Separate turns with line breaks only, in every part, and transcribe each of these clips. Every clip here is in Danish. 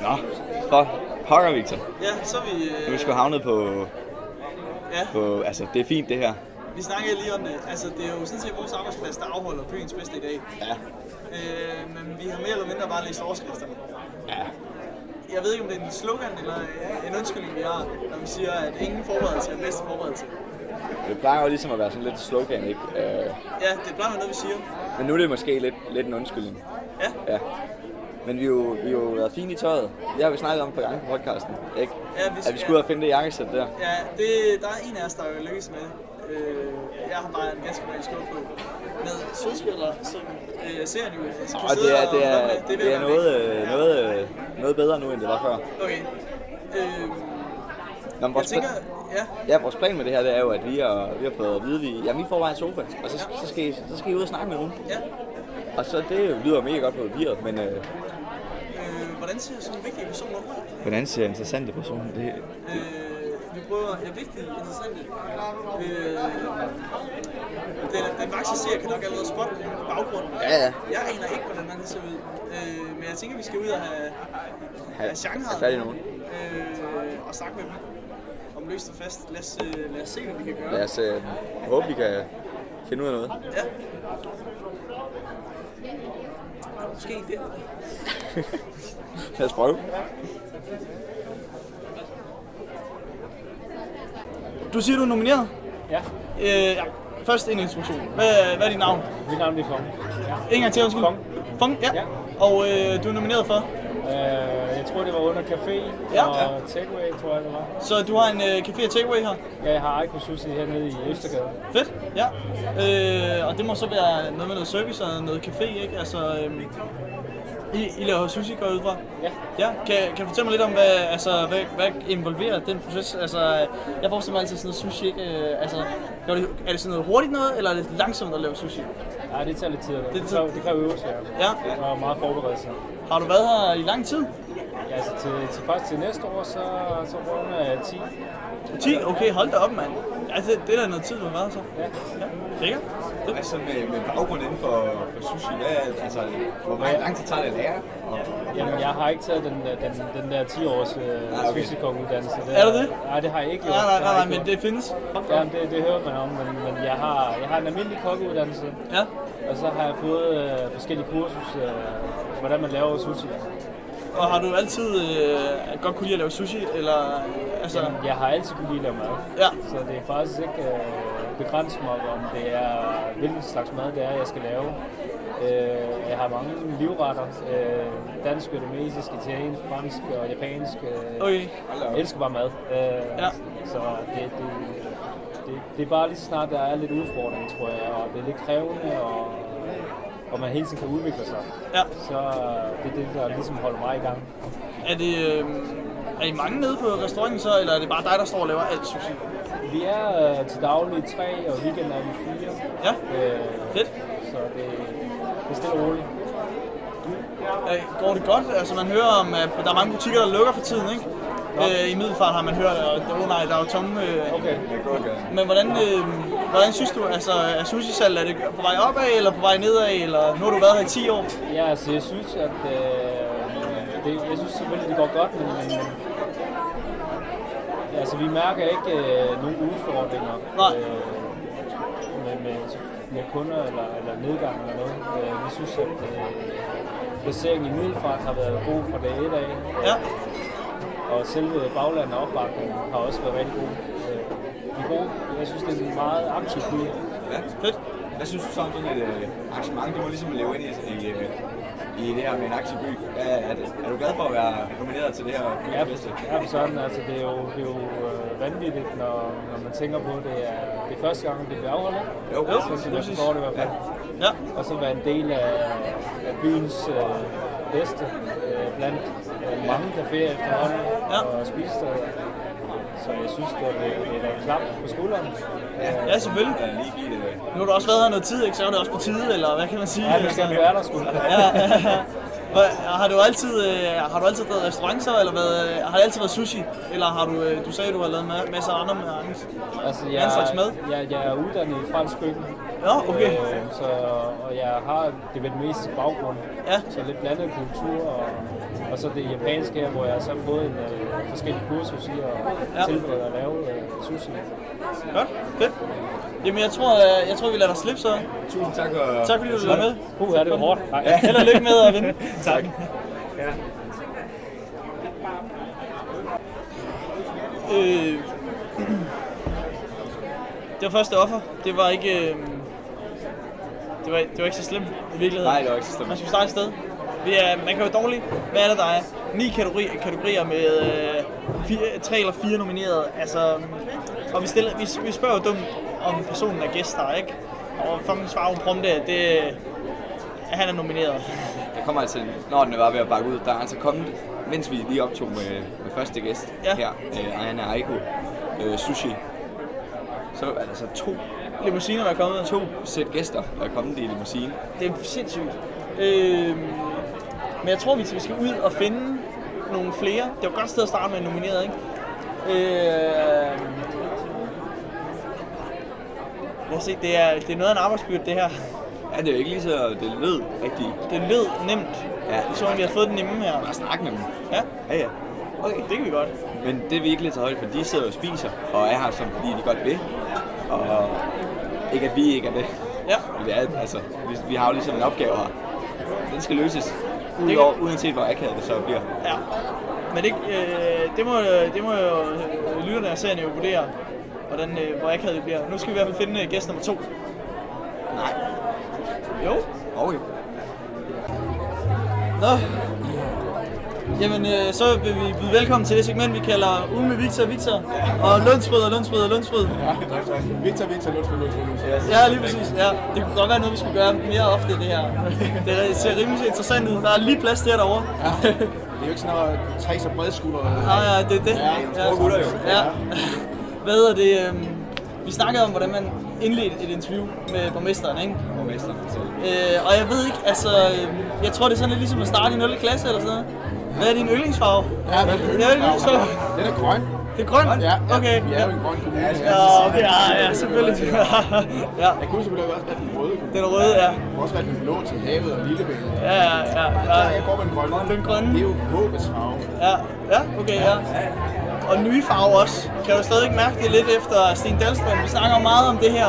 Nå, for pokker, Victor.
Ja, så er vi...
Nu er vi
Øh,
sgu havnet på,
ja,
på... Altså, det er fint, det her.
vi snakkede lige om det. Altså, det er jo sådan set vores arbejdsplads, der afholder byens bedste i dag.
Ja.
Øh, men vi har mere eller mindre bare læst overskrifterne.
Ja.
Jeg ved ikke, om det er en slogan eller en undskyldning, vi har, når vi siger, at ingen forberedelse er den bedste forberedelse.
Det plejer jo ligesom at være sådan lidt slogan, ikke? Øh,
Ja, det plejer at være noget, vi siger.
men nu er det måske lidt, lidt en undskyldning.
Ja,
Ja. Men vi har jo, vi har jo været fine i tøjet. Det har vi snakket om et par gange på podcasten, ikke?
Ja, vi
At
skal-
vi skulle ud og finde det jakkesæt der.
ja det, der er en af os, der er lykkes med. Øh, jeg har bare en ganske normal skål på. Med sødskiller, som øh, serien jo skal
Og det er, det er, det er noget, øh, noget, øh, noget bedre nu, end det var før.
Okay. Øh,
Nå, men
jeg
vores,
tænker,
pla-
ja,
ja, vores plan med det her, det er jo, at vi har, vi har fået at vide, at vi, jamen, I får bare en sofa, og så, så, skal, I, så skal I ud og snakke med nogen.
ja.
Og så, det lyder mega godt på papiret, men øh,
Øh, hvordan ser sådan en vigtig person ud?
hvordan ser interessante personer det?
Øh, vi prøver, ja, vigtige, interessante. Øh, den, den voksne ser kan nok allerede spotte på baggrunden.
Ja, ja.
Jeg aner ikke, hvordan man ser ud. Øh, men jeg tænker, vi skal ud og have, have genret.
have fat i nogen.
Øh, og snakke med dem. Om løst og fast. Lad os, øh, lad os se, hvad vi kan gøre.
Lad os øh, håbe, vi kan finde ud af noget.
Ja. Måske der.
Lad os prøve.
Du siger, du er nomineret?
Ja,
Øh, ja. Først en introduktion. Hvad, hvad er dit navn?
mit navn det er Fong.
En gang til, undskyld.
Fong.
Fong, ja.
Ja.
Og øh, du er nomineret for.
Øh, jeg tror, det var under café
Ja.
og takeaway, tror jeg, det var.
Så du har en øh, café og takeaway her.
Ja, jeg har Aiko Sushi hernede i Østergade.
Fedt, ja. Øh, og det må så være noget med noget service og noget café, ikke? Altså, øh, I, I laver sushi, går jeg ud fra.
Ja.
Ja, kan, kan du fortælle mig lidt om, hvad, altså, hvad, hvad involverer den proces? Altså, jeg forestiller mig altid sådan noget sushi, ikke? Øh, Altså, gør det, er det sådan noget hurtigt noget, eller er det langsomt at lave sushi?
Nej, det tager lidt tid. Det,
Det
det,
tager-
kræver, det kræver øvelse, ja.
Ja.
Og meget forberedelse.
Har du været her i lang tid?
Ja, altså til, til faktisk til næste år, så, så runder jeg 10.
10? Okay, hold da op, mand. Altså, det er da noget tid, du har været her, så.
Ja.
Ja, lækkert. Det-
Hvad så med, med baggrund inden for, for sushi? Hvad, er- altså, hvor meget lang tid tager det at lære? Og,
Jamen, jeg har ikke taget den, den, den der 10-års øh,
Nej, okay.
sushi uddannelse
Ah, Er du det?
Nej, det har jeg ikke gjort.
Nej, nej,
Det har
nej, nej,
jeg ikke
men
gjort.
det findes.
Jamen, det, det hører man om, men, men jeg, har, jeg har en almindelig kokkeuddannelse.
Ja.
Og så har jeg fået øh, forskellige kursus, øh, hvordan man laver sushi.
Og har du altid øh, godt kunne lide at lave sushi, eller øh, altså...
Jamen, jeg har altid kunne lide at lave mad.
Ja.
Så det er faktisk ikke øh, begrænset mig, om det er, hvilken slags mad det er, jeg skal lave. Øh, jeg har mange livretter. Øh, dansk, vietnamesisk, italiensk, fransk og japansk. Øh,
Okay.
Jeg elsker bare mad. Øh,
Ja.
Så det, det, det, det er bare lige så snart, der er lidt udfordring, tror jeg. Og det er lidt krævende, og, og man hele tiden kan udvikle sig.
Ja.
Så det er det, der ligesom holder mig i gang.
Er det... Øh, er I mange nede på restauranten så, eller er det bare dig, der står og laver alt sushi?
Vi er øh, til daglig tre, og weekend er vi fire.
Ja.
Øh,
Fedt.
Så det, det er stille og roligt.
Øh, går det godt? Altså man hører om, at der er mange butikker, der lukker for tiden, ikke? Øh, I Middelfart har man hørt, og oh, nej, der er jo tomme... Øh.
Okay.
Men hvordan, øh, hvordan synes du, altså er sushi-salget, er det på vej opad, eller på vej nedad, eller nu har du været her i 10 år?
Ja, altså jeg synes, at øh, det, jeg synes selvfølgelig, det går godt, men, men men- altså, vi mærker ikke øh, nogen udfordringer øh,
Nej.
med, med, med kunder eller, eller nedgang eller noget. Øh, vi synes, at øh, placeringen i Middelfart har været god fra dag 1 af.
Ja,
Og selve baglandet og opbakningen har også været rigtig god. Øh, De er gode. Jeg synes, det er en meget aktiv by.
hvad?
fedt.
Hvad synes du så om sådan et øh, arrangement? Det må ligesom leve ind i, i, øh, i det her med en aktiv by. Hvad, er, det, er du glad for at være nomineret til det her
Ja,
byens bedste?
for- ja, for sådan, altså det er jo, det er jo øh, vanvittigt, når, når man tænker på, at det er, det er første gang, det bliver afholdt.
Jo,
Jo.
Så jeg forstår det i hvert fald.
Ja,
Og så være en del af, af byens øh, bedste, øh, blandt øh, mange caféer efterhånden
Ja.
og spisesteder. Så jeg synes, det er, det er en klap på skulderen. Øh,
ja selvfølgelig.
Ja, lige give det.
Nu har du også været her noget tid, ikke? Så er det også på tide, eller hvad kan man sige?
Ja, vi skal være der sgu.
Ja, Hvor- har du altid øh, har du altid været restaurant så, eller været, øh, har det altid været sushi eller har du øh, du sagde du har lavet ma- masser af andre med
Altså,
Hvad er en slags mad?
Jeg, jeg er uddannet i fransk køkken,
Nå, okay.
Øh, så, og jeg har det vietnamesiske baggrund,
Ja.
så lidt blandet kultur, og, og så det japanske her, hvor jeg så har fået en øh, forskellige kursus i at
Ja.
ja. tilberede at lave øh, sushi.
Godt, fedt. Jamen, jeg tror, øh, jeg tror, vi lader dig slippe så.
Tusind tak for...
Tak fordi du var med.
Uh, er det var hårdt. Nej.
Ja, held og lykke med at vinde.
Tak.
Øh, det var første offer. Det var ikke... Øh, det, var, det var ikke så slemt i virkeligheden.
Nej, det var ikke så slemt.
Man skulle starte et sted. Vi er, man kan jo dårligt... Hvad er det, der er? Ni kategorier, kategorier med øh, fire, tre eller fire nominerede. Altså, og vi, stiller, vi, vi spørger jo dumt, om personen er gæst der, ikke? Og fucking svarer hun prompte, at det, at han er nomineret.
Der kommer altså, en- når den var ved at bakke ud, der er altså kommet, mens vi lige optog med, med første gæst
Ja.
her, øh, Ayana Aiko, øh, Sushi, så er der altså to,
Limousiner, der er kommet.
to sæt gæster, der er kommet i limousine.
Det er sindssygt. Øh, men jeg tror, vi vi skal ud og finde nogle flere. Det er jo et godt sted at starte med en nomineret, ikke? Øh, lad os se, det er, det er noget af en arbejdsbyrde, det her.
Ja, det er jo ikke lige så, det lød rigtigt.
Det lød nemt.
Ja.
Det er som om, vi har fået den nemme her.
Bare snak med dem.
Ja,
Ja, ja.
okay. det kan vi godt.
Men det vi ikke lige tager højde for, de sidder og spiser, og er her, som fordi de godt vil. Og ikke at vi ikke er det.
Ja,
Men det er, altså, vi, vi har jo ligesom en opgave her. Den skal løses.
kan-
Udover, uanset hvor akavet det så bliver.
ja. Men det, øh, det, må, det må jo øh, lytterne af serien jo vurdere, hvordan, øh, hvor akavet det bliver. Nu skal vi i hvert fald finde øh, gæst nummer to.
Nej.
Jo,
Okay.
Nå. Jamen, øh, så vil vi byde velkommen til det segment, vi kalder Ugen med Victor og Victor. Og lundsbrød og lundsbrød og lundsbrød.
Victor, Victor, Lundsbøl, Lundsbøl, Lundsbøl.
Ja, lige præcis. Ja. Det kunne godt være noget, vi skulle gøre mere ofte, det her. Det er- ser rimelig interessant ud. Der er lige plads der derovre.
Det er jo ikke sådan noget tre så brede skuldre.
Ja, ja, det er det.
Ja, store gutter jo.
Ja. Hvad er det? øhm, Vi snakkede om, hvordan man indledte et interview med borgmesteren, ikke?
Og mesteren selv.
Øh, og jeg ved ikke, altså, øh, jeg tror, det er sådan lidt ligesom at starte i 0. klasse eller sådan noget. Hvad er din yndlingsfarve?
Ja, men
Ja, det er så.
Den er grøn.
Det er grøn?
Ja, ja,
Okay.
Vi er jo en grøn kommune.
Ja, okay, ja, ja, selvfølgelig. ja,
Jeg kunne selvfølgelig også være den røde kommune.
den røde, ja.
Jeg kunne også være den blå til havet og Lillebælt.
Ja, ja, ja,
Ja, jeg
ja.
går med den grønne.
Den grønne.
Det er jo håbets farve.
Ja, ja, okay, ja. Og nye farver også. Kan du stadig mærke det lidt efter Sten Dahlstrøm? Vi snakker meget om det her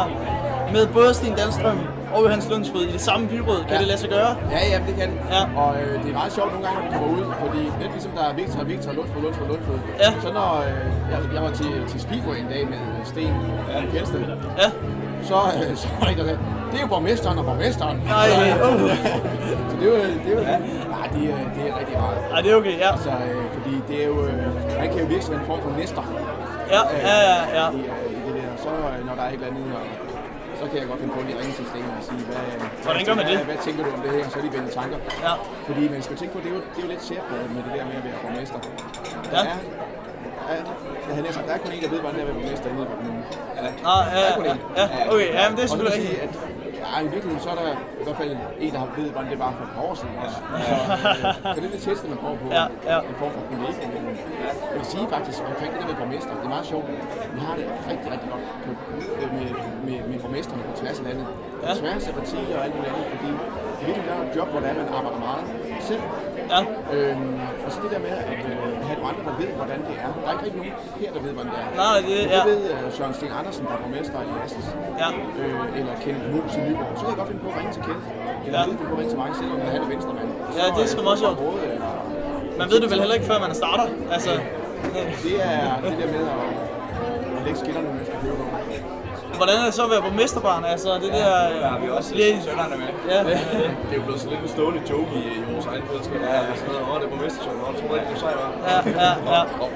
med både Sten Dahlstrøm og Hans Lundsbød i det samme byråd. Kan
Ja.
det lade sig gøre?
Ja, ja, det kan det.
Ja.
Og øh, det er meget sjovt nogle gange, når du kommer ud, fordi lidt ligesom der er Victor og Victor og Lundsbøl, Lundsbøl, Lundsbøl.
Ja.
Så når øh, jeg, jeg, var til, til Speedway en dag med øh, Sten ja. Fjeldsted,
Ja.
så, øh, så var der en, der sagde, det er jo borgmesteren og borgmesteren.
Nej, uh.
så det er jo, det er jo, nej, det er, det er rigtig rart.
Ej, det er okay, ja.
Altså, øh, fordi det er jo, øh, man kan jo virke som en form for mester.
Ja, ja, ja, ja.
I, øh, i det der. Så øh, når der er et eller andet, og, så kan jeg godt finde på at lige ringe til Sten og sige, hvad, øh,
Hvordan gør man
hvad,
det?
Hvad tænker du om det her? Så er de vende tanker.
Ja,
Fordi man skal tænke på, det er jo, det er jo lidt særpræget med det der med at være borgmester. Der
Ja.
er, er, jeg havde nær sagt, der er kun en, der ved, hvordan det er at være borgmester inde i kommunen.
Ah, ja,
Der er kun
ja,
en.
ja, okay, ja, men det er
Og så vil
selvfølgelig
jeg sige,
rigtigt.
at ja, i virkeligheden så er der i hvert fald en, der har ved, hvordan det var for et par år siden også. Så, øh, så det er det tætteste, man kommer på.
Ja, ja.
En form for kollega. Men øh, Jeg vil sige faktisk omkring det der med borgmester, det er meget sjovt. Vi har det rigtig, rigtig godt på, øh, med, med, med borgmesterne på tværs af landet.
Ja.
Ja. På tværs af partier og alt muligt andet, fordi det virkelig er et job, hvor det er, man arbejder meget selv.
Ja,
Øhm, og så det der med at øh, have nogle andre, der ved, hvordan det er. Der er ikke rigtig nogen her, der ved, hvordan det er.
Nej, det-
Men
ja.
ved øh, Søren Stig Andersen, der er borgmester i Assens
ja,
øh, eller Kenneth Mus i Nyborg, så kan jeg godt finde på at ringe til Kenneth. Eller
Ja.
ja. finde på at ringe til mig, selvom han er venstremand.
Ja, det er sgu meget sjovt.
Både, øh,
man ved det vel heller ikke, før man starter. Altså,
det er det der med at, at lægge skillerne, mens man kører på.
hvordan er det så at være borgmesterbarn? Altså, det der...
Der har vi også
Lige-
sønderne med.
Ja,
Det er jo blevet sådan lidt en stående joke i, i vores egen fællesskab. Ja, ja. Sådan noget, åh, det er borgmestersøgn, åh, tror ikke, du sej, var.
ja, ja, ja.
Og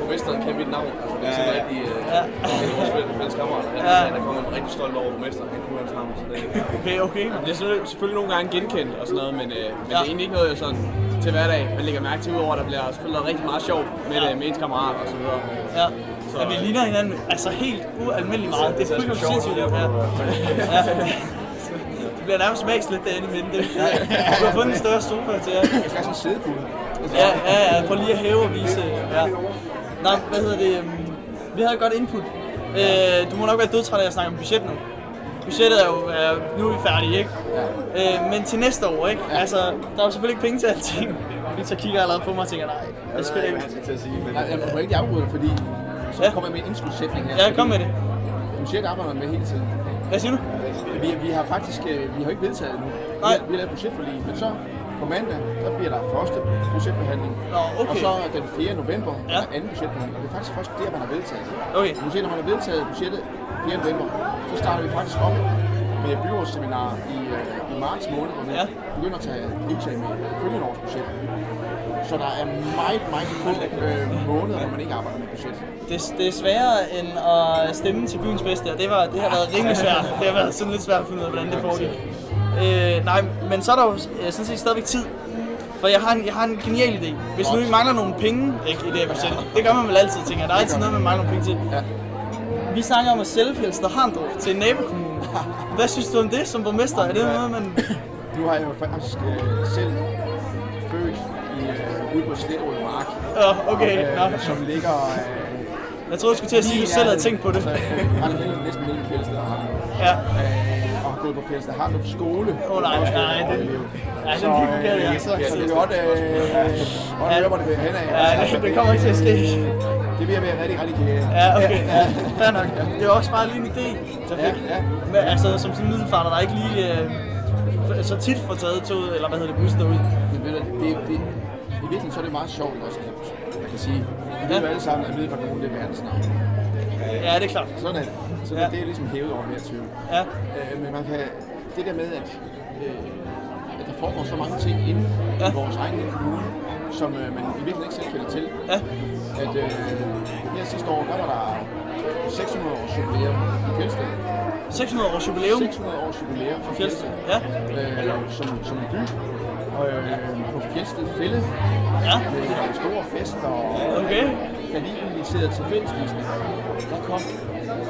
borgmesteren kan mit navn, altså det er sådan
Ja, ja.
rigtig, øh,
Ja.
en af vores fælles- fælles kammerater. Han,
Ja.
ja. han er kommet rigtig stolt over borgmesteren, han kunne hans navn, så det er
Okay, okay.
Det er selvfølgelig- selvfølgelig nogle gange genkendt og sådan noget, men, øh, men ja. det
Ja.
er egentlig ikke noget, jeg sådan til hverdag. Man lægger mærke til, udover at der bliver selvfølgelig lavet rigtig meget sjov med,
Ja.
øh,
ja. med ens kammerater og så videre.
Ja. Så,
øh,
ja, vi ligner hinanden altså helt ualmindeligt meget. Det er fuldstændig
sjovt,
sindssygt, det her. Ja. Det bliver nærmest smagst lidt derinde i midten. Det. Ja. Du har fundet en større sofa til jer.
Jeg skal have sådan en sædepude. Altså,
Ja, ja, ja. Prøv lige at hæve og vise. øh, Ja. Nå, hvad hedder det? øhm, Vi havde et godt input. Øh, du må nok være dødtræt af at snakke om budget nu. budgettet er jo, er, nu er vi færdige, ikke? Øh, men til næste år, ikke? Altså, der er jo selvfølgelig ikke penge til alting. Så kigger jeg allerede på mig og tænker, nej, det skal
ved
jeg
ikke, hvad
ikke.
han skal til at sige, men...
Nej, jeg må ikke afbryde dig, fordi så
Ja.
kommer jeg med en indskudssætning her.
Ja, kom med det.
Budget arbejder man med hele tiden.
Hvad siger du?
Vi, vi har faktisk øh, vi har ikke vedtaget det nu. Vi
Nej.
har, vi har lavet budgetforlig, men så på mandag, der bliver der første budgetbehandling.
Nå, okay.
Og så den 4. november ja.
Ja.
er anden budgetbehandling. Og det er faktisk først det, man har vedtaget.
Okay.
Du ser, når man har vedtaget budgettet 4. november, så starter vi faktisk op med byrådsseminarer i, øh, i marts måned, hvor vi
Ja.
begynder at tage indtag med følgende års budget. Så der er meget, meget få øh, måneder, hvor man ikke arbejder med budget.
Det, det er sværere end at stemme til byens bedste, og det, var, det har været rimelig svært. Det har været sådan lidt svært at finde ud af, hvordan det foregik. Øh, nej, men så er der jo øh, sådan set stadigvæk tid. For jeg har en, jeg har en genial idé. Hvis nu vi mangler nogle penge ikke, i det her budget, det gør man vel altid, tænker jeg. Der er altid noget, man mangler nogle penge til.
Ja.
Vi snakker om at sælge Fjellsted Harndrup til en nabokommune. Hvad synes du om det som borgmester? Er det noget, man...
Nu har jeg jo faktisk øh, selv født i, øh, ude på Sletterød Mark,
Ja, okay,
øh,
nå.
som ligger... Øh,
Jeg troede, du skulle til at sige, at du selv havde tænkt på det.
Så Altså, jeg har lidt- næsten lige i Fjeldsted og Harndrup.
Ja.
Øh, og har gået på Fjeldsted Harndrup skole.
Åh, nej,
Også
nej,
gået
det-
på elev.
nej, det
Så,
er lige forkert,
øh,
ja.
Så så det er godt, øh, godt at høre, hvor det vil hen af.
Ja, det, det kommer ikke til at ske.
Det vil jeg være rigtig, rigtig kære.
Ja, okay. Ja, fair nok. Det var også bare lige en idé, jeg fik.
Ja, ja.
Men, altså, som sådan en middelfarter, der ikke lige øh, f- så tit får taget toget, eller hvad hedder det, bussen derud.
Men ved du, det, det, i virkeligheden så er det meget sjovt også, at jeg kan sige, vi ved jo alle sammen, at Middelfartkommunen det er verdensnavn.
Ja, det er klart.
Sådan er det. Så
Ja.
det, det er ligesom hævet over mere tvivl.
Ja,
Øh, men man kan, det der med, at, øh, at der foregår så mange ting inde ja.
Ja.
i vores egen lille kommune, som øh, man i virkeligheden ikke selv kender til.
ja,
At øh, her sidste år, der var der 600 års jubilæum i Fjeldsted.
600 års jubilæum.
600 års jubilæum for
Fjeldsted,
Fjeldsted.
ja.
Øh, som, som by. Og øh, på Fjeldsted Fælde
Ja,
med store fester og
okay.
Berlin inviteret til fællesspisning. Der kom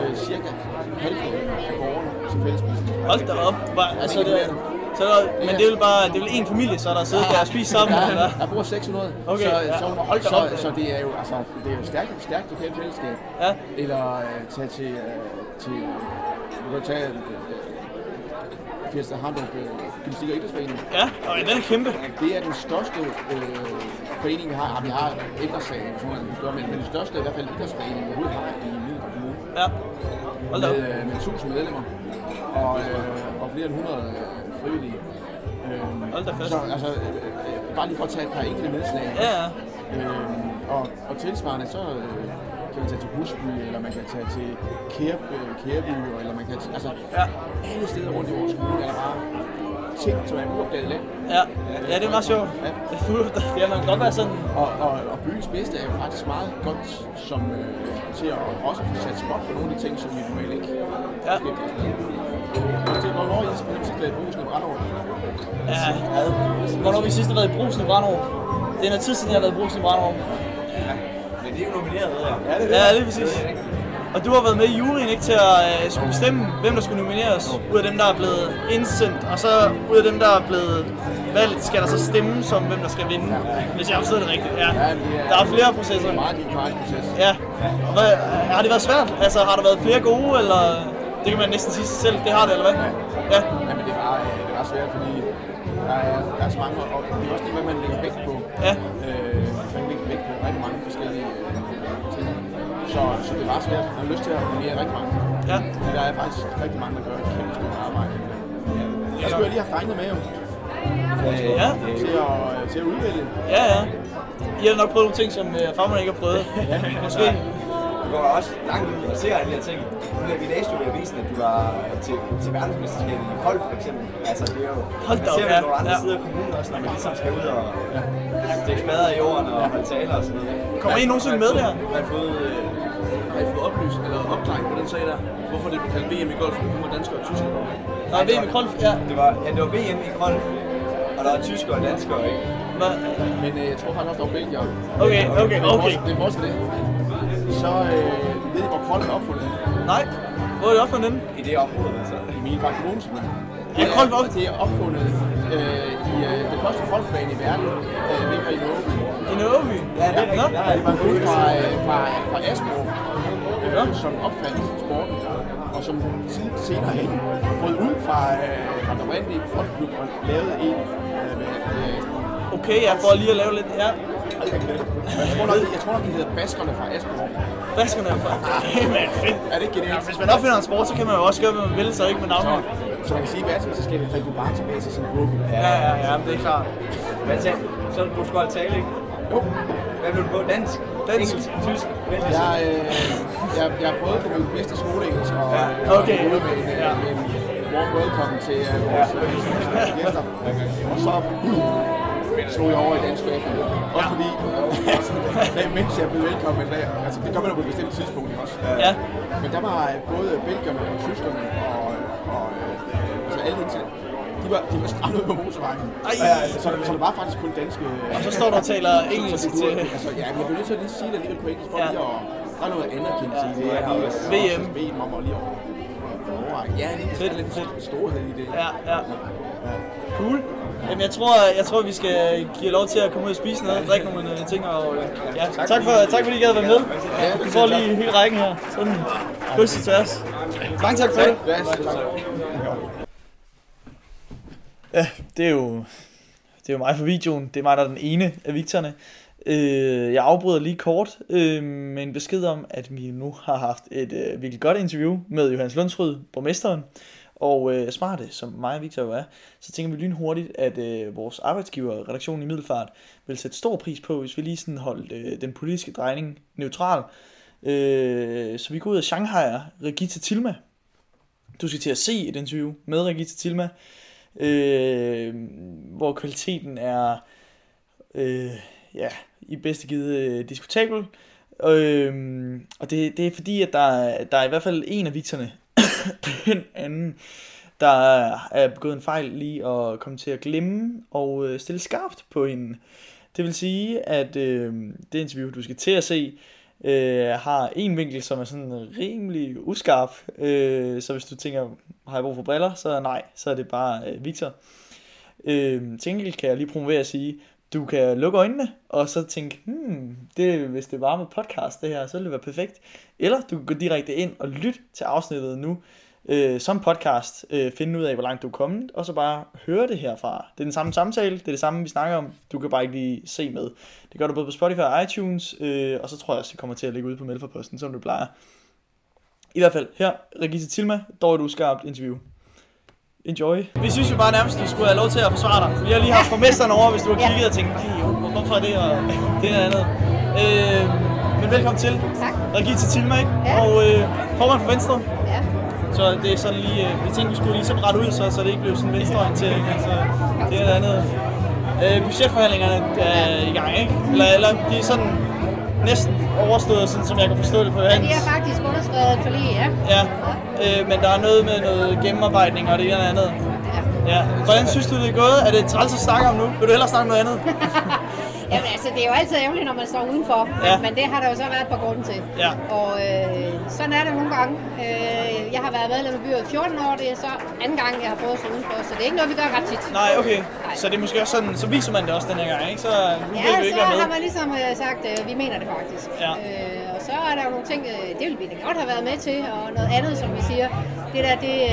øh, cirka halvdelen af borgerne til fællesspisning.
Hold da op. Bare, altså, det er, så er der, men det er vel bare, det er vel en familie, så der sidder der og spiser sammen,
Ja,
eller?
jeg bruger 600,
Okay,
så,
ja.
så,
Hold da
så,
op.
så, så, det er jo altså, det er jo stærkt, stærkt lokalt fællesskab.
Ja,
Eller øh, tage til, øh, til du kan tage øh, Fiesta Hamburg øh, Gymnastik og Idrætsforening.
ja. Og den er kæmpe.
Det er den største øh, forening, vi har. Ja, vi har ældresagen, og sådan noget, den større, men men den største i hvert fald idrætsforening, vi overhovedet har i Middelfart Kommune.
Ja. Hold da op.
med, øh, med 1000 medlemmer og, øh, og flere end 100 øh, frivillige. Øh,
Hold da fast.
Så, altså, øh, øh, bare lige for at tage et par enkelte nedslag.
Ja, ja.
Øh, og, og tilsvarende, så øh, kan man tage til Husby, eller man kan tage til Kærby, Kærby eller man kan tage, altså
Ja.
alle steder rundt i vores kommune, er der bare ting, som er uopdaget land.
Ja, ja det er meget sjovt. Det er fuldt. Det er nok godt være sådan.
Og, og, og byens bedste er jo faktisk meget godt som, øh, til at også få sat spot på nogle af de ting, som vi normalt ikke
Ja.
beskæftiger os med. Og til nogle år i, så kan man sidst være i brusen i Brandover.
Ja, hvornår har vi sidst har været i brusen i Brandov? Det er noget tid siden, jeg har været i brusen i Brandov.
Men det er jo nomineret, ved jeg.
det
Ja, lige præcis. Og du har været med i juryen, ikke, til at øh, skulle bestemme, hvem der skulle nomineres, ud af dem, der er blevet indsendt, og så ud af dem, der er blevet valgt, skal der så stemme som, hvem der skal vinde, hvis jeg har forstået det rigtigt. Ja. Der er flere processer.
Det er meget demokratisk proces.
Ja. Hvad, har det været svært? Altså, har der været flere gode, eller... Det kan man næsten sige sig selv, det har det, eller hvad? Ja.
Ja, men det er bare, øh, det er bare svært, fordi der er, der er så mange, og det er også det, hvad man lægger vægt på.
Ja.
Øh, man lægger vægt på rigtig mange forskellige øh, ting. Så, så det er bare svært. Man har lyst til at mere rigtig mange.
Ja.
Fordi der er faktisk rigtig mange, der gør et kæmpe stort arbejde. Jeg skulle jo lige have haft drengene med jo,
Ja.
til at, til at øh, udvælge.
Ja, ja. I har nok prøvet nogle ting, som øh, farmerne ikke har prøvet. Måske.
Du går også langt ud og ser alle de her ting. Nu er vi læste jo i avisen, at du var til, til verdensmesterskabet i Kold, for eksempel. Altså, det er jo...
Hold da
man ser
op, ja,
jo nogle andre
ja.
sider af kommunen også, når man ligesom skal ud og stikke spader i jorden og holde taler og sådan noget.
Kommer I nogensinde med der?
Har I fået, øh, har I fået oplyst eller opklaring på den sag der? Hvorfor det blev kaldt VM i golf, for nu var danskere og tyskere?
Nej, VM i Krolf, ja.
Det var, ja, det var VM i Kold, og der var tyskere og danskere, ikke?
Hva?
Men øh, jeg tror faktisk også, der var belgier.
Okay, okay,
Det er
okay.
vores- Det er vores det. Så øh, ved I, hvor koldt er opfundet?
Nej, hvor er det op for den?
I det område, altså.
I min faktisk Mogensen.
Ja, koldt op.
Det er opfundet øh, i øh, den første golfbane i verden, øh, ligger i Norge.
I Nørreby?
Ja, det er
Nå?
rigtigt. Der er
Det var
en
ud
god
fra, øh, fra, fra Asbro, øh, som opfandt sporten. og som siden senere hen brød ud fra, øh, fra den oprindelige folkeklub og lavede en øh, med, øh,
Okay, jeg får lige at lave lidt. Ja,
jeg tror nok, jeg tror nok, de hedder Baskerne fra Asperborg.
baskerne er fra. Okay, man, fedt.
Er det ikke genialt?
Hvis man opfinder en sport, så kan man jo også gøre, hvad man vil, så ikke med navnet.
Så man kan sige, hvad som så skal det, fandt du bare tilbage til sin gruppe.
Ja, ja, ja, men det er klart.
Hvad sagde Så du skulle holde tale, ikke?
Jo,
Hvad blev du på? Dansk?
Dansk.
Engelsk? Tysk? Vældig?
jeg, øh, jeg, jeg prøvede på min bedste skoleengelsk, og ja,
okay.
med, en, øh,
Ja.
med en warm welcome til øh, vores øh, gæster. Og så øh, slog jeg over i dansk bagefter. Også fordi, øh, mens jeg blev velkommen en dag, altså det gør man jo på et bestemt tidspunkt ikke også.
Ja,
Men der var øh, både belgierne og tyskerne og, øh, og øh, altså alle indsatte. De var, de var stramt ude på motorvejen.
Ej.
Ja, altså, så, så det var faktisk kun danske... øh,
og så står du og taler engelsk
så det
til
burde- Altså, ja, men jeg bliver nødt til at lige sige det alligevel på engelsk, for
Ja.
lige at... Der er noget anerkendelse i det.
det er
Jeg
også.
VM.
VM om at lige over. overveje. Ja, det er
Fedt,
lidt
fedt.
storhed i det.
Ja, ja. Cool. Jamen, jeg tror, jeg tror, vi skal give jer lov til at komme ud og spise noget, drikke nogle øh, ting, og øh, ja, tak, for, tak fordi I gad være med. Vi får lige hele rækken her, sådan kryds til tværs. Mange tak for det.
Ja, så tak.
Ja, det er jo, det er jo mig for videoen. Det er mig, der er den ene af vigterne. Øh, jeg afbryder lige kort øh, med en besked om, at vi nu har haft et øh, virkelig godt interview med Johannes Lundsrud, borgmesteren. Og øh, smarte, som mig og Victor jo er, så tænker vi lynhurtigt, at øh, vores arbejdsgiver, redaktionen i Middelfart, vil sætte stor pris på, hvis vi lige sådan holdt øh, den politiske drejning neutral. Øh, så vi går ud af Shanghai Regita Tilma. Du skal til at se et interview med Regita Tilma, øh, hvor kvaliteten er øh, ja, i bedste givet øh, diskutabel. Øh, og det, det er fordi, at der, er- der er i hvert fald en af victerne, den anden, der er begået en fejl lige at komme til at glemme og øh, stille skarpt på hende. Det vil sige, at øh, det interview, du skal til at se, øh, har en vinkel, som er sådan rimelig uskarp. Øh, så hvis du tænker, har jeg brug for briller, så nej, så er det bare øh, Victor. Øh, til gengæld kan jeg lige promovere at sige, du kan lukke øjnene, og så tænke, hmm, det, hvis det var med podcast det her, så ville det være perfekt. Eller du kan gå direkte ind og lytte til afsnittet nu, øh, som podcast, øh, finde ud af, hvor langt du er kommet, og så bare høre det herfra. Det er den samme samtale, det er det samme, vi snakker om, du kan bare ikke lige se med. Det gør du både på Spotify og iTunes, øh, og så tror jeg også, det kommer til at ligge ude på Melforposten, som du plejer. I hvert fald her, Regisse Tilma, dog et uskarpt interview. Enjoy. Vi synes jo bare nærmest, du skulle have lov til at forsvare dig. Vi har lige haft borgmesteren over, hvis du har kigget og tænkt, nej jo, hvorfor er det og det og andet. Øh, men velkommen til.
Tak.
Regita Tilma, ikke?
Ja.
Og øh, formand for Venstre.
Ja.
Så det er sådan lige, øh, vi tænkte, vi skulle lige sådan ret ud, så, så det ikke blev sådan venstreorientering. Altså, det er andet. Øh, budgetforhandlingerne er i gang, ikke? Eller, eller de er sådan næsten overstået, sådan som jeg kan forstå det på
Men
hans.
de har faktisk underskrevet et forlig, ja.
Ja, øh, men der er noget med noget gennemarbejdning og det ene og det andet.
ja.
Ja. Hvordan synes du, det er gået? Er det træls at snakke om nu? Vil du hellere snakke om noget andet?
Jamen altså, det er jo altid ærgerligt, når man står udenfor.
Ja.
Ja. Men det har der jo så været et par grunde til.
Ja.
Og øh, sådan er det nogle gange. Øh, jeg har været medlem af byrådet 14 år, det er så anden gang, jeg har prøvet at stå udenfor. Så det er ikke noget, vi gør ret tit.
Nej, okay.
Nej.
Så det er måske også sådan, så viser man det også den her gang, ikke? Så øh, nu
Ja,
ved du ikke,
så
hvad med.
har man ligesom øh, sagt, øh, vi mener det faktisk.
Ja.
Øh, og så er der jo nogle ting, øh, det ville vi da godt have været med til, og noget andet, som vi siger, det der, det, øh,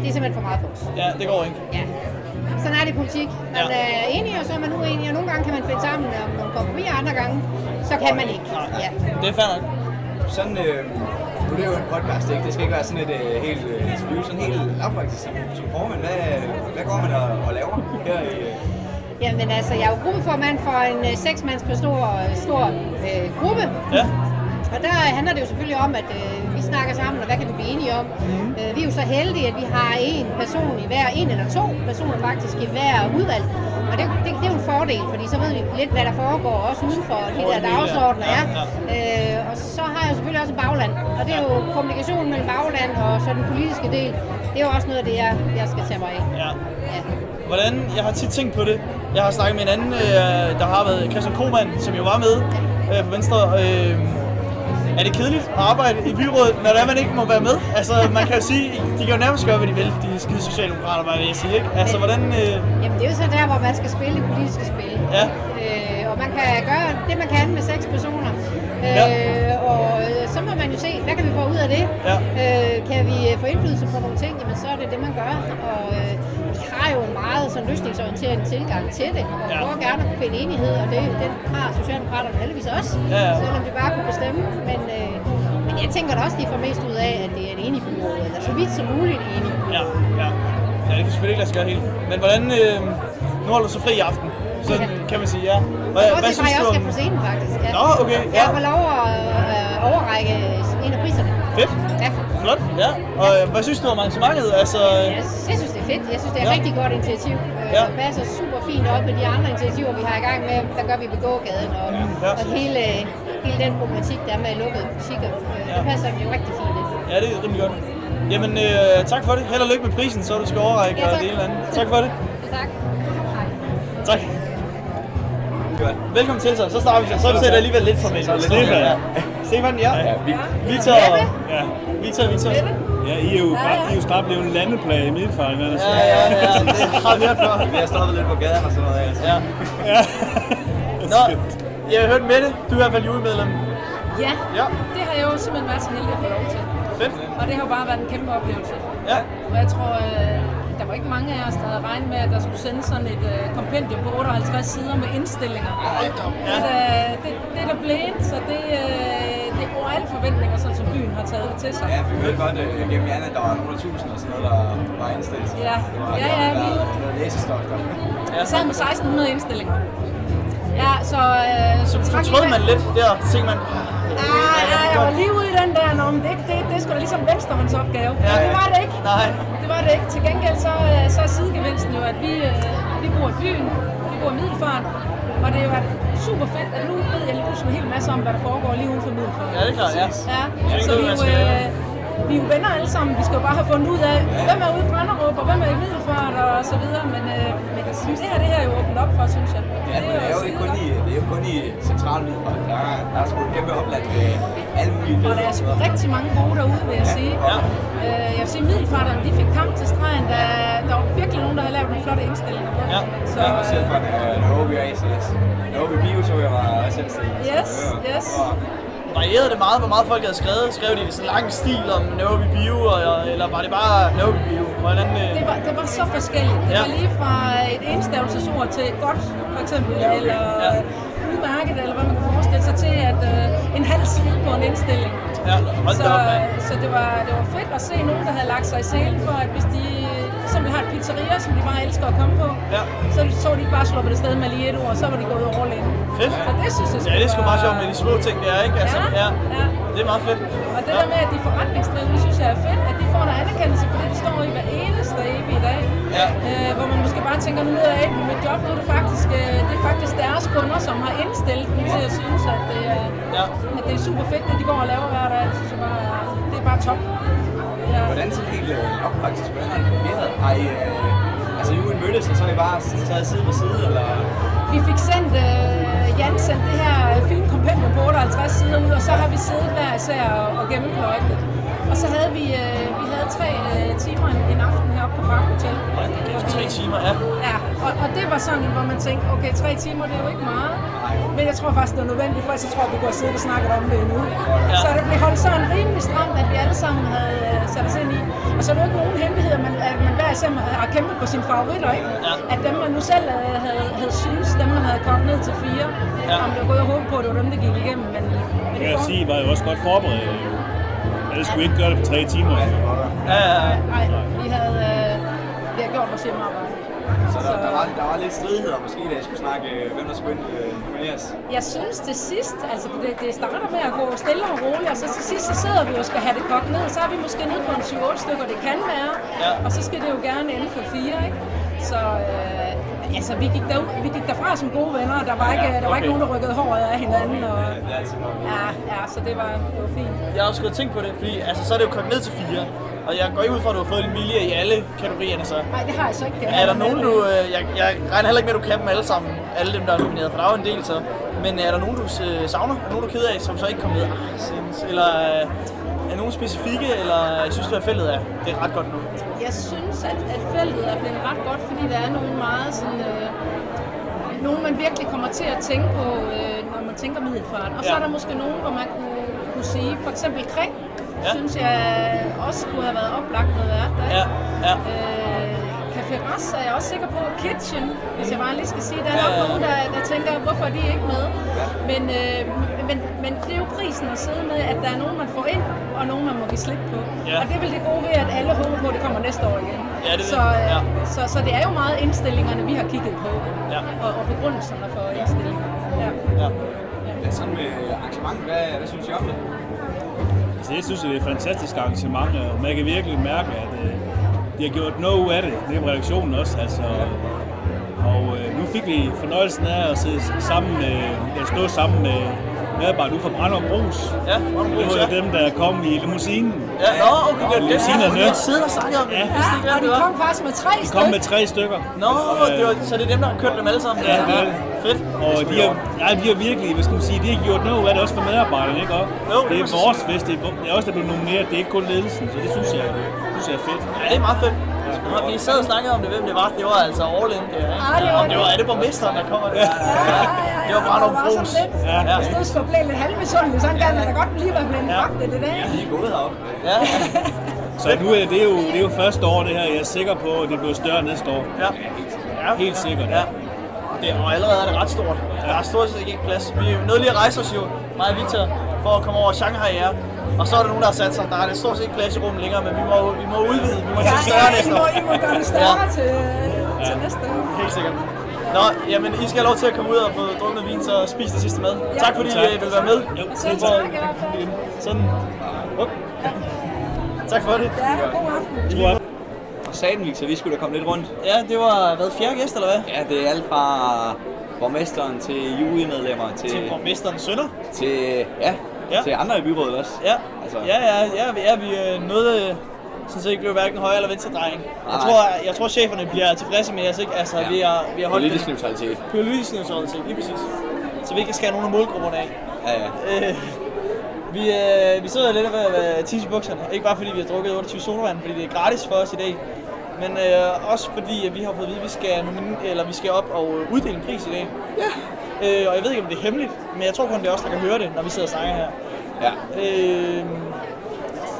det er simpelthen for meget for os.
Ja, det går ikke.
Ja. Sådan er det i politik. Man
Ja.
ja. er enig, og så er man uenig, og nogle gange kan man finde sammen om nogle kompromiser, andre gange, så kan man ikke.
Nej,
Ja.
det er fair nok.
Sådan, øh, nu er det jo en podcast, ikke? Det skal ikke være sådan et øh, helt øh, interview, sådan helt lavpraktisk som, som formand. Hvad, hvad går man og, og laver her i... Øh,
Jamen altså, jeg er jo gruppeformand for en øh, seksmands på stor, stor øh, gruppe,
Ja,
og der handler det jo selvfølgelig om, at øh, vi snakker sammen, og hvad kan vi blive enige om. Mm. Øh, vi er jo så heldige, at vi har en person i hver, en eller to personer faktisk i hver udvalg. Og det, det, det er jo en fordel, fordi så ved vi lidt, hvad der foregår, også uden for de der dagsordner er. Øh, og så har jeg jo selvfølgelig også et bagland, og det er jo kommunikationen mellem bagland og så den politiske del. Det er jo også noget af det, jeg, jeg skal tage mig af.
ja.
Ja.
Hvordan, jeg har tit tænkt på det. Jeg har snakket med en anden, øh, der har været Christian Krohmann, som jo var med øh, for Venstre. Øh, er det kedeligt at arbejde i byrådet, når det er, man ikke må være med? Altså, man kan jo sige, de kan jo nærmest gøre, hvad de vil, de skide socialdemokrater, hvad vil jeg sige, ikke? Altså, hvordan... Øh,
Jamen det er jo så der, hvor man skal spille det politiske spil.
Ja.
Øh, og man kan gøre det, man kan med seks personer. Øh,
Ja.
Og øh, så må man jo se, hvad kan vi få ud af det?
Ja.
Øh, kan vi få indflydelse på nogle ting, jamen så er det det, man gør. Og øh, vi har jo en meget sådan, løsningsorienteret tilgang til det, og
Ja.
ja. prøver gerne at kunne finde enighed, og det, den har Socialdemokraterne heldigvis også,
Ja, ja.
selvom de bare kunne bestemme. Men, øh, men jeg tænker da også, de får mest ud af, at det er en enig byråd, eller så vidt som muligt enig.
Ja, ja. Ja, det kan selvfølgelig ikke lade sig gøre helt. Men hvordan... Øh, nu holder du så fri i aften. Så
Ja.
kan man sige, ja. Hvad,
Hvad, hvad synes du? Jeg også skal på scenen, faktisk. Ja.
Nå, okay, ja.
Jeg får lov at øh, overrække en af priserne.
Fedt.
Ja.
Flot, ja. Og øh, hvad synes du om arrangementet? Altså,
Jeg, jeg synes, det er fedt. Jeg synes, det er
Ja.
et rigtig godt initiativ. Øh,
Ja.
ja. Det passer super fint op med de andre initiativer, vi har i gang med. Der gør vi på gågaden og,
Ja.
ja. og hele, hele den problematik, der er med lukkede butikker. Øh,
Ja.
Det passer jo rigtig fint ind.
ja, det er rimelig godt. Jamen, øh, tak for det. Held og lykke med prisen, så du skal overrække
Ja,
og
tak.
det ene eller andet. Tak for det.
Tak. Hej.
Tak. Velkommen til, så. Så starter vi. Så, så er det alligevel lidt formelt. Stefan, ja. Stefan, ja. Vi tager... Ja. Vi tager, vi tager.
Ja, I er jo, bare, I er jo snart blevet en landeplage i midtfangerne.
Ja, ja, ja. Det har vi hørt før.
Vi har stoppet lidt på gaden og sådan noget. Altså.
Ja.
ja.
Nå, jeg har hørt med det. Du er i hvert fald jurymedlem.
Ja,
Ja.
det har jeg jo simpelthen været så heldig at få lov til.
Fedt.
Og det har jo bare været en kæmpe oplevelse.
Ja.
Og jeg tror, øh, der var ikke mange af os, der havde regnet med, at der skulle sende sådan et øh, kompendium på 58 sider med indstillinger. Men, øh, det, det er der blevet, så det, øh, det er over alle forventninger, sådan som byen har taget det til sig.
Ja, vi hørte godt øh, gennem Jan, at der var nogle af tusind og sådan noget, der var indstillet.
Ja. Ja, ja,
Der
vildt.
var noget læsestok der.
Jeg sad med 1600 indstillinger. Ja, så... Øh,
Så
trak
fortrød
i
man
vand.
lidt der, så tænkte man,
Ah, ja, jeg var lige ude i den der, Nå, men det, det, det er sgu da ligesom venstremandsopgave.
Ja,
Ja,
ja.
det var det ikke.
nej.
Det var det ikke. Til gengæld så, øh, så er sidegevinsten jo, at vi, øh, vi bor i byen, vi bor i Middelfart, og det har været super fedt, at nu ved jeg lige pludselig en hel masse om, hvad der foregår lige uden for Middelfart.
Ja, det er klart, ja.
Ja,
ikke
så
noget,
vi
man
er jo,
skal lave.
øh, vi er jo venner alle sammen. Vi skal jo bare have fundet ud af, hvem er ude i Brænderup, og hvem er i Middelfart, og så videre. Men, øh, men det her, det her er jo åbnet op for, synes jeg.
Ja, men det er jo ikke kun i, det er jo kun i centrale Middelfart. Der er, der er sgu et kæmpe opland med alle mulige
Og der er sgu rigtig mange gode derude, vil jeg sige.
Ja.
Øh, jeg vil sige, middelfarterne, de fik kamp til stregen. Der, der var virkelig nogen, der havde lavet nogle flotte indstillinger.
Ja.
Så, øh,
Så jeg har selv fra Nairobi og ACS. Nairobi Bio så jeg var også indstillet.
Yes, yes.
Varierede det meget, hvor meget folk havde skrevet? Skrev de i sådan en lang stil om Nairobi Bio, og- eller var det bare Nairobi Bio? Hvordan, øh,
det, var, det var så forskelligt. Det
Ja.
var lige fra et enstavelsesord til godt, for eksempel, ja, okay. eller
Ja.
ja. udmærket, eller hvad man kunne forestille sig til, at øh, en halv side på en indstilling.
ja, hold
Så,
da op, mand.
så det, var, det var fedt at se nogen, der havde lagt sig i selen for, at hvis de for eksempel har et pizzeria, som de bare elsker at komme på,
Ja.
så så de ikke bare sluppet det sted med lige et ord, og så var de gået over lægen.
Fedt.
Så det synes jeg
Altså, Ja, det er sgu
var-
meget sjovt med de små ting der, ikke? Altså,
Ja,
ja.
ja.
Det er meget fedt.
Og det
Ja.
der med, at de er forretningsdrivende, synes jeg er fedt, at de får en anerkendelse for det, de står i hver eneste evig i dag.
Ja.
Øh, hvor man måske bare tænker, nu er jeg ikke mit job, nu er det faktisk, øh, det er faktisk deres kunder, som har indstillet dem til at synes, at det, er,
Ja.
at det er super fedt, det de går og laver hver dag. Det synes jeg bare, er- det er bare top. Ja.
Hvordan sådan helt øh, lavpraktisk, hvordan har det fungeret? Har I, øh, altså I ugen mødtes, og så har I bare taget side ved side, eller?
Vi fik sendt, øh, Jan sendt det her øh, fine kompendium på 58 sider ud, og så har vi siddet hver især og, og gennempløjtet. Og så havde vi, øh, vi havde tre øh, timer en, en aften heroppe på Park Hotel.
Ja, det er tre timer, ja.
Ja, og, og det var sådan, hvor man tænkte, okay, tre timer, det er jo ikke meget. Men jeg tror faktisk, det var nødvendigt, for ellers så tror jeg, vi kunne have siddet og snakket om det endnu. Ja. Så det blev holdt sådan rimelig stramt, at vi alle sammen havde øh, sat os ind i. Og så er det jo ikke nogen hemmelighed, at man, at man hver især har kæmpet på sine favoritter, ikke?
Ja.
At dem, man nu selv havde, havde, havde synes, dem, man havde kogt ned til fire,
Ja.
ja. om det var gået og håbe på, at det var dem, der gik igennem. Men, men
Jeg
det
vil sige, I var jo også godt forberedt. jo. Ellers skulle I ikke gøre det på tre timer.
Ja, ja, ja.
Nej, vi havde, øh, vi havde gjort vores hjemmearbejde.
Så Altså, der, der, var, der var lidt stridigheder måske, da jeg skulle snakke, øh, hvem der skulle ind øh, nomineres.
Jeg synes til sidst, altså det, det starter med at gå stille og roligt, og så til sidst så sidder vi og skal have det kogt ned, og så er vi måske nede på en 7-8 stykker, det kan være,
Ja.
og så skal det jo gerne ende for fire, ikke? Så øh, altså, vi gik, der, vi gik derfra som gode venner, og der var ikke, der var ikke
okay.
nogen, der rykkede håret af hinanden, og ja, ja, så det var, det var fint.
Jeg har også gået og tænkt på det, fordi altså, så er det jo kommet ned til fire. Og jeg går ikke ud fra, at du har fået en milje i alle kategorierne, så.
Nej, det har jeg så ikke. Det har
Er der
jeg
nogen,
med.
du... Øh, jeg, jeg regner heller ikke med, at du kan dem alle sammen. Alle dem, der er nomineret, for der er jo en del, så. Men er der nogen, du øh, savner? Er der nogen, du er ked af, som så ikke kom med? Ah, sinds. Eller øh, er nogen specifikke, eller øh, synes du, at feltet er? Det er ret godt nu.
jeg synes, at, at feltet er blevet ret godt, fordi der er nogle meget sådan... Øh, nogle man virkelig kommer til at tænke på, øh, når man tænker middelfart. Og ja. så
Ja.
er der måske nogen, hvor man kunne, kunne sige, for eksempel Kring, ja. synes jeg også kunne have været oplagt noget værd. Ja.
ja.
Øh, Café Ras er jeg også sikker på. Kitchen, hvis jeg bare lige skal sige. Der er nok ja. nogen, der, der tænker, hvorfor er de ikke med? Men, øh, men, men det er jo prisen at sidde med, at der er nogen, man får ind, og nogen, man må give slip på.
Ja.
Og det er vel det gode ved, at alle håber på, at det kommer næste år igen.
Ja, det er
så, øh,
det. Ja.
så, så det er jo meget indstillingerne, vi har kigget på,
Ja.
og, og begrundelserne for indstillingerne. Ja.
Ja.
Ja, sådan med arrangementet, hvad, hvad synes I om det?
Altså, jeg synes, det er et fantastisk arrangement, og man kan virkelig mærke, at øh, de har gjort noget ud af det. Det er redaktionen også, altså. Og øh, nu fik vi fornøjelsen af at sidde sammen med, eller stå sammen med medarbejdere ude fra Brandum Brugs.
Ja,
Det var jo dem, der kom i limousinen.
Ja, nå, okay, det er det.
Limousinen
Ja,
og
vi har siddet og snakket om det. Ja. Vidste ikke,
og de
det var.
kom faktisk med tre
De
stykker.
kom med tre stykker.
Nå, det var, så det er dem, der har kørt dem alle sammen?
Ja, det er det.
Fedt.
Og de har, ja, de har virkelig, hvad skal man sige, de har gjort noget af det også for medarbejderne, ikke? Og
Jo, det
det
må
er
man
vores
sige.
fest, det er, det er også der blev nomineret, det er ikke kun ledelsen, så det synes jeg, synes jeg er fedt.
Ja, det er meget fedt. Ja. Vi sad og snakkede om det, hvem det var. Det var altså all in, det her.
Ja, det var
Om det var, er det borgmesteren, der kommer der? Det var bare
Og
nogle
var sådan
brus.
lidt, ja.
Ja.
jeg stod sgu og blev lidt halvmisundelig, sådan der, men der godt lige var blevet
Ja.
fragtet det der.
I er gået heroppe.
Ja.
Så nu er det jo, det er jo første år det her, jeg er sikker på, at det bliver større næste år.
Ja.
Ja. Helt sikkert.
Ja. Det, og allerede er det ret stort. Der er stort set ikke plads. Vi er nødt lige at rejse os jo, mig og Victor, for at komme over Shanghai ja. Og så er der nogen, der har sat sig. Der er det stort set ikke plads i rummet længere, men vi må, vi må udvide. Vi må
Ja,
tage større
ja, I
næste
må,
år.
I må gøre det større
Ja.
til, til næste år.
Helt sikkert. Nå, jamen I skal have lov til at komme ud og få drukket noget vin, så spis det sidste mad.
Ja.
Tak fordi I øh, vil være med.
Jo,
Selv tak i hvert fald.
Sådan. Up. Tak for det.
Ja, god aften.
Og sagde den, så vi skulle da komme lidt rundt.
Ja, det var hvad, fjerde gæst, eller hvad?
Ja, det er alt fra borgmesteren til jurymedlemmer til,
Til borgmesteren Sønder.
til, ja,
Ja.
ja. til andre i byrådet også.
Ja,
Altså.
ja, ja, ja, vi- ja vi øh, nåede øh, sådan set ikke blev hverken højre eller venstre drejning. Jeg
Nej.
tror, jeg tror cheferne bliver tilfredse med os, ikke? Altså, ja. vi har, vi har holdt
Politisk
det.
neutralitet.
Politisk neutralitet, lige præcis. Så vi ikke skal have nogen af målgrupperne af.
Ja, ja.
Øh, vi, øh, vi sidder lidt ved at tisse i bukserne. Ikke bare fordi vi har drukket 28 sodavand, fordi det er gratis for os i dag. Men øh, også fordi at vi har fået at vide, at vi skal, nomine- eller vi skal op og øh, uddele en pris i dag. Ja. Øh, og jeg ved ikke, om det er hemmeligt, men jeg tror kun, det er os, der kan høre det, når vi sidder og snakker her.
Ja.
Øh,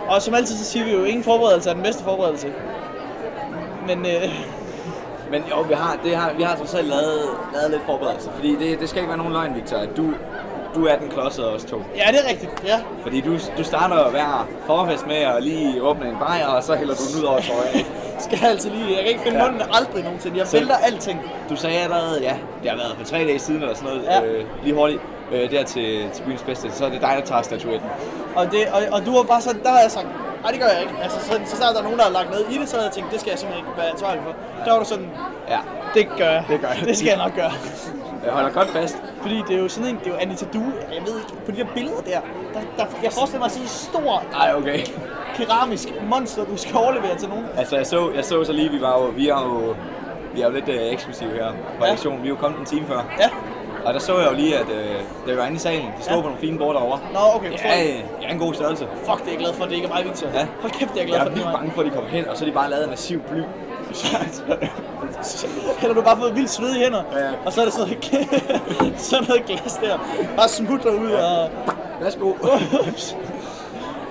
og som altid, så siger vi jo, ingen forberedelse er den bedste forberedelse. Men øh,
Men jo, vi har, det har, vi har trods alt lavet, lavet lidt forberedelse. Fordi det, det skal ikke være nogen løgn, Victor, at du, du er den klodset af os to.
ja, det er rigtigt. Ja.
Fordi du, du starter jo hver forfest med at lige åbne en bajer, og så hælder du den ud over trøjen.
Skal jeg altid lige. Jeg kan ikke finde ja.
Ja.
munden aldrig nogensinde. Jeg
Så-
vælter alting.
Du sagde allerede, ja, det har været for tre dage siden eller sådan noget,
Ja.
ja. øh, lige hurtigt, øh, der til, til byens bedste, så er det dig, der tager statuetten.
Og, det, og, og du var bare sådan, der har jeg sagt, nej det gør jeg ikke. Altså, så, så snart der er nogen, der har lagt noget i det, så havde jeg tænkt, det skal jeg simpelthen ikke være ansvarlig for. Der var du sådan,
Ja,
det gør jeg.
Det gør jeg.
Det skal jeg nok gøre.
jeg holder godt fast.
Fordi det er jo sådan en, det er jo Anita Du, jeg ved ikke, på de der billeder der, der, der jeg forestiller mig sådan en stor
Ej, okay.
keramisk monster, du skal overlevere til nogen.
Altså, jeg så, jeg så så lige, vi var jo, vi er jo, vi er jo lidt øh, eksklusive her på
Ja.
redaktionen. Vi er jo kommet en time før.
Ja.
Og der så jeg jo lige, at øh, det var inde i salen. De stod
Ja.
ja. på nogle fine bord derovre.
Nå, okay, forstår
Ja,
jeg.
øh, jeg er en god størrelse.
Fuck, det er jeg glad for, at det ikke er mig, Victor.
Ja.
Hold kæft, det er jeg glad
Jeg er
for, det
vildt
er mig.
bange for, at de kom hen, og så er de bare lavet en massiv bly.
Eller du har bare fået vildt sved i hænder,
Ja, ja.
og så er der sådan noget, sådan noget glas der. Bare smutter ud og...
Værsgo.
Ups.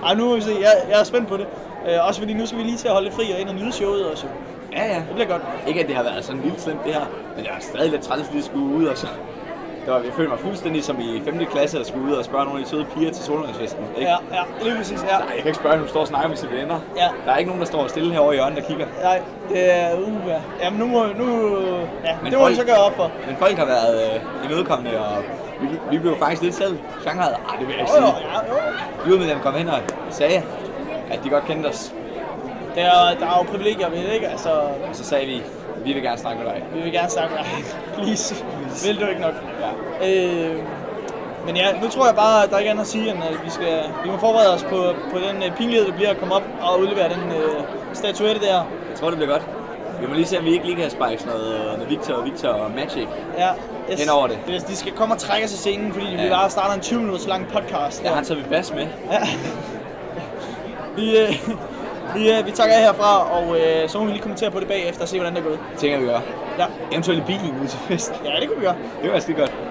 Ej, nu må vi se. Jeg, jeg er spændt på det. Øh, også fordi nu skal vi lige til at holde lidt fri og ind og nyde showet også. jo. Det
Ja, ja.
bliver godt.
Ikke at det har været sådan vildt slemt det her, men det var stadig lidt træls, lige skulle ud og så... Det var, jeg følte mig fuldstændig som i 5. klasse, der skulle ud og spørge nogle af de søde piger til solgangsfesten. Ikke?
Ja, ja, lige præcis. Ja.
Nej, jeg kan ikke spørge, når du står og snakker med sine venner.
Ja.
Der er ikke nogen, der står stille herovre i hjørnet og kigger.
Nej, det er uh, ja. Jamen nu må, nu, ja,
Men
det må vi
folk-
så gøre op for.
Men folk har været øh, imødekommende, og vi, vi blev faktisk lidt selv genret. Ej, det vil jeg ikke
Jo, jo,
sige.
ja, jo.
Jurymedlem kom hen og sagde, at de godt kendte os.
Der, er- der er jo privilegier ved det, ikke? Altså,
Og så sagde vi, vi vil gerne snakke med dig.
vi vil gerne snakke med dig. Please. Please. Vil du ikke nok?
Ja.
Øh, men ja, nu tror jeg bare, at der ikke er andet at sige, end at vi, skal, vi må forberede os på, på den øh, pinlighed, det bliver at komme op og udlevere den øh, statuette der.
Jeg tror, det bliver godt. Vi må lige se, om vi ikke lige kan sparke sådan noget, øh, noget Victor og Victor og Magic.
Ja, yes.
Hen over det.
Yes, de skal komme og trække os af scenen, fordi ja. vi
Ja.
bare starter en 20 minutters lang podcast.
Der
Ja.
har taget vi bas med.
ja. vi, øh, vi, øh, vi takker af herfra, og øh, så må vi lige kommentere på det bagefter og se, hvordan det er gået.
tænker vi gør.
Ja,
Eventuelt i bilen ud til festen.
ja det kunne vi gøre.
Det var skide godt.